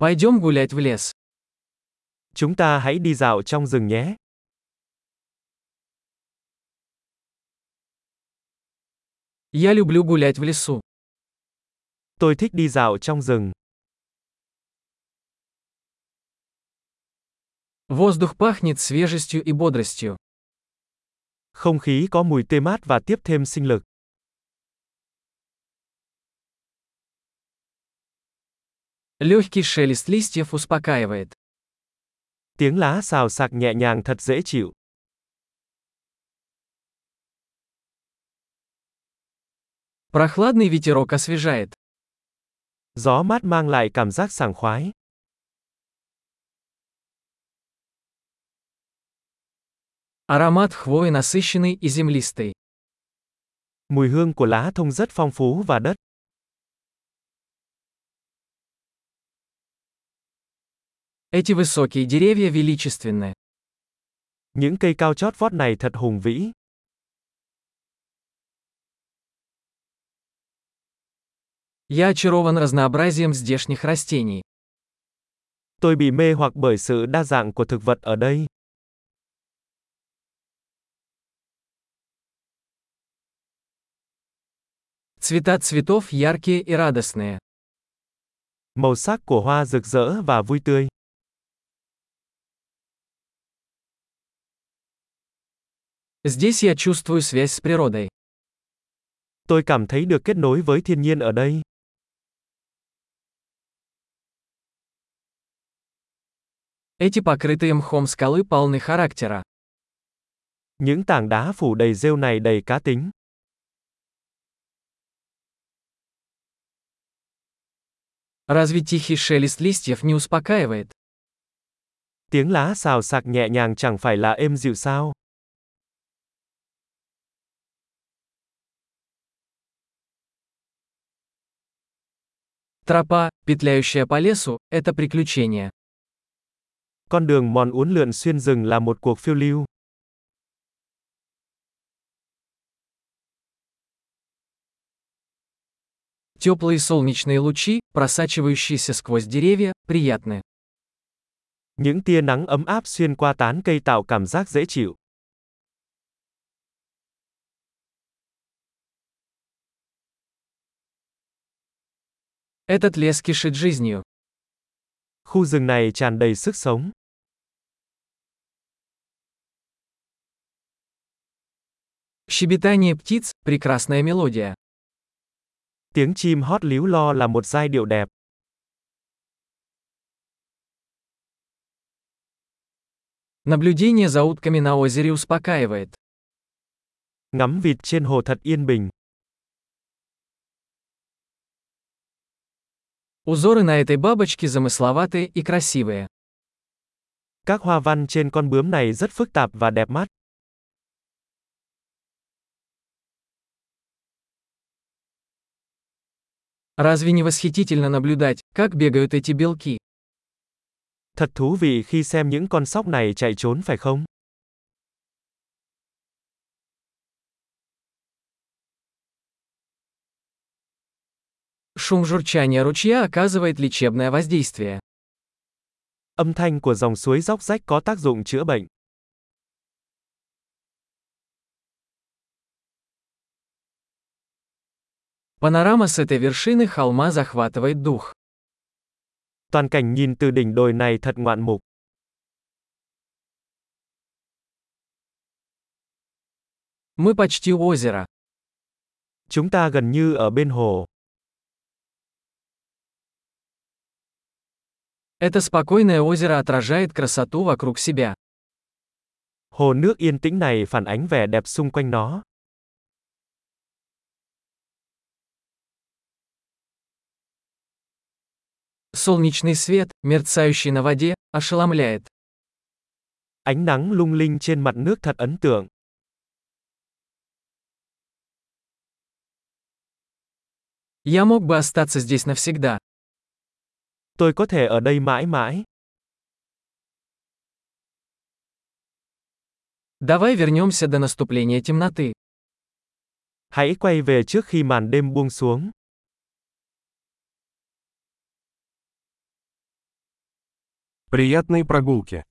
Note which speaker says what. Speaker 1: Пойдем гулять в лес.
Speaker 2: Chúng ta hãy đi dạo trong rừng nhé.
Speaker 1: Я люблю гулять в лесу.
Speaker 2: Tôi thích đi dạo trong rừng.
Speaker 1: Воздух пахнет свежестью и бодростью.
Speaker 2: Không khí có mùi tươi mát và tiếp thêm sinh lực.
Speaker 1: Легкий шелест листьев успокаивает.
Speaker 2: Tiếng lá xào xạc nhẹ nhàng thật dễ chịu.
Speaker 1: Прохладный ветерок освежает.
Speaker 2: Gió mát mang lại cảm giác sảng khoái.
Speaker 1: Аромат хвои насыщенный и землистый.
Speaker 2: Mùi hương của lá thông rất phong phú và đất.
Speaker 1: Эти высокие деревья величественны.
Speaker 2: Những cây cao chót vót này thật hùng vĩ.
Speaker 1: Я очарован разнообразием здешних растений.
Speaker 2: Tôi bị mê hoặc bởi sự đa dạng của thực vật ở đây.
Speaker 1: Цвета цветов яркие и радостные.
Speaker 2: Màu sắc của hoa rực rỡ và vui tươi.
Speaker 1: Здесь я чувствую связь с природой.
Speaker 2: Tôi cảm thấy được kết nối với thiên nhiên ở đây.
Speaker 1: Эти покрытые мхом скалы полны характера.
Speaker 2: Những tảng đá phủ đầy rêu này đầy cá tính.
Speaker 1: Разве тихий шелест листьев не успокаивает?
Speaker 2: Tiếng lá xào xạc nhẹ nhàng chẳng phải là êm dịu sao?
Speaker 1: Тропа, петляющая по лесу, это приключение.
Speaker 2: Con đường mòn uốn lượn xuyên rừng là một cuộc phiêu lưu.
Speaker 1: Теплые солнечные лучи, просачивающиеся сквозь деревья, приятны.
Speaker 2: Những tia nắng ấm áp xuyên qua tán cây tạo cảm giác dễ chịu.
Speaker 1: Этот лес кишит жизнью.
Speaker 2: Khu rừng này tràn đầy sức sống.
Speaker 1: Щебетание птиц – прекрасная мелодия.
Speaker 2: Tiếng chim hót líu lo là một giai điệu đẹp.
Speaker 1: Наблюдение за утками на озере успокаивает.
Speaker 2: Ngắm vịt trên hồ thật yên bình.
Speaker 1: Узоры на этой бабочке замысловатые и красивые.
Speaker 2: Các hoa văn trên con bướm này rất phức tạp và đẹp mắt.
Speaker 1: Разве не восхитительно наблюдать, как бегают эти белки?
Speaker 2: Thật thú vị khi xem những con sóc này chạy trốn phải không?
Speaker 1: Шум журчания ручья оказывает лечебное воздействие.
Speaker 2: Âm thanh của dòng suối róc rách có tác dụng chữa bệnh.
Speaker 1: Панорама с этой вершины холма захватывает дух.
Speaker 2: Toàn cảnh nhìn từ đỉnh đồi này thật ngoạn mục.
Speaker 1: Мы почти у озера.
Speaker 2: Chúng ta gần như ở bên hồ.
Speaker 1: Это спокойное озеро отражает красоту вокруг себя.
Speaker 2: Hồ nước yên tĩnh này phản ánh vẻ đẹp xung quanh nó.
Speaker 1: Солнечный свет, мерцающий на воде, ошеломляет.
Speaker 2: Ánh nắng lung linh trên mặt nước thật ấn tượng.
Speaker 1: Я мог бы остаться здесь навсегда.
Speaker 2: Tôi có thể ở đây mãi mãi.
Speaker 1: Давай вернемся до наступления темноты.
Speaker 2: Hãy quay về trước khi màn đêm buông xuống.
Speaker 3: Приятной прогулки.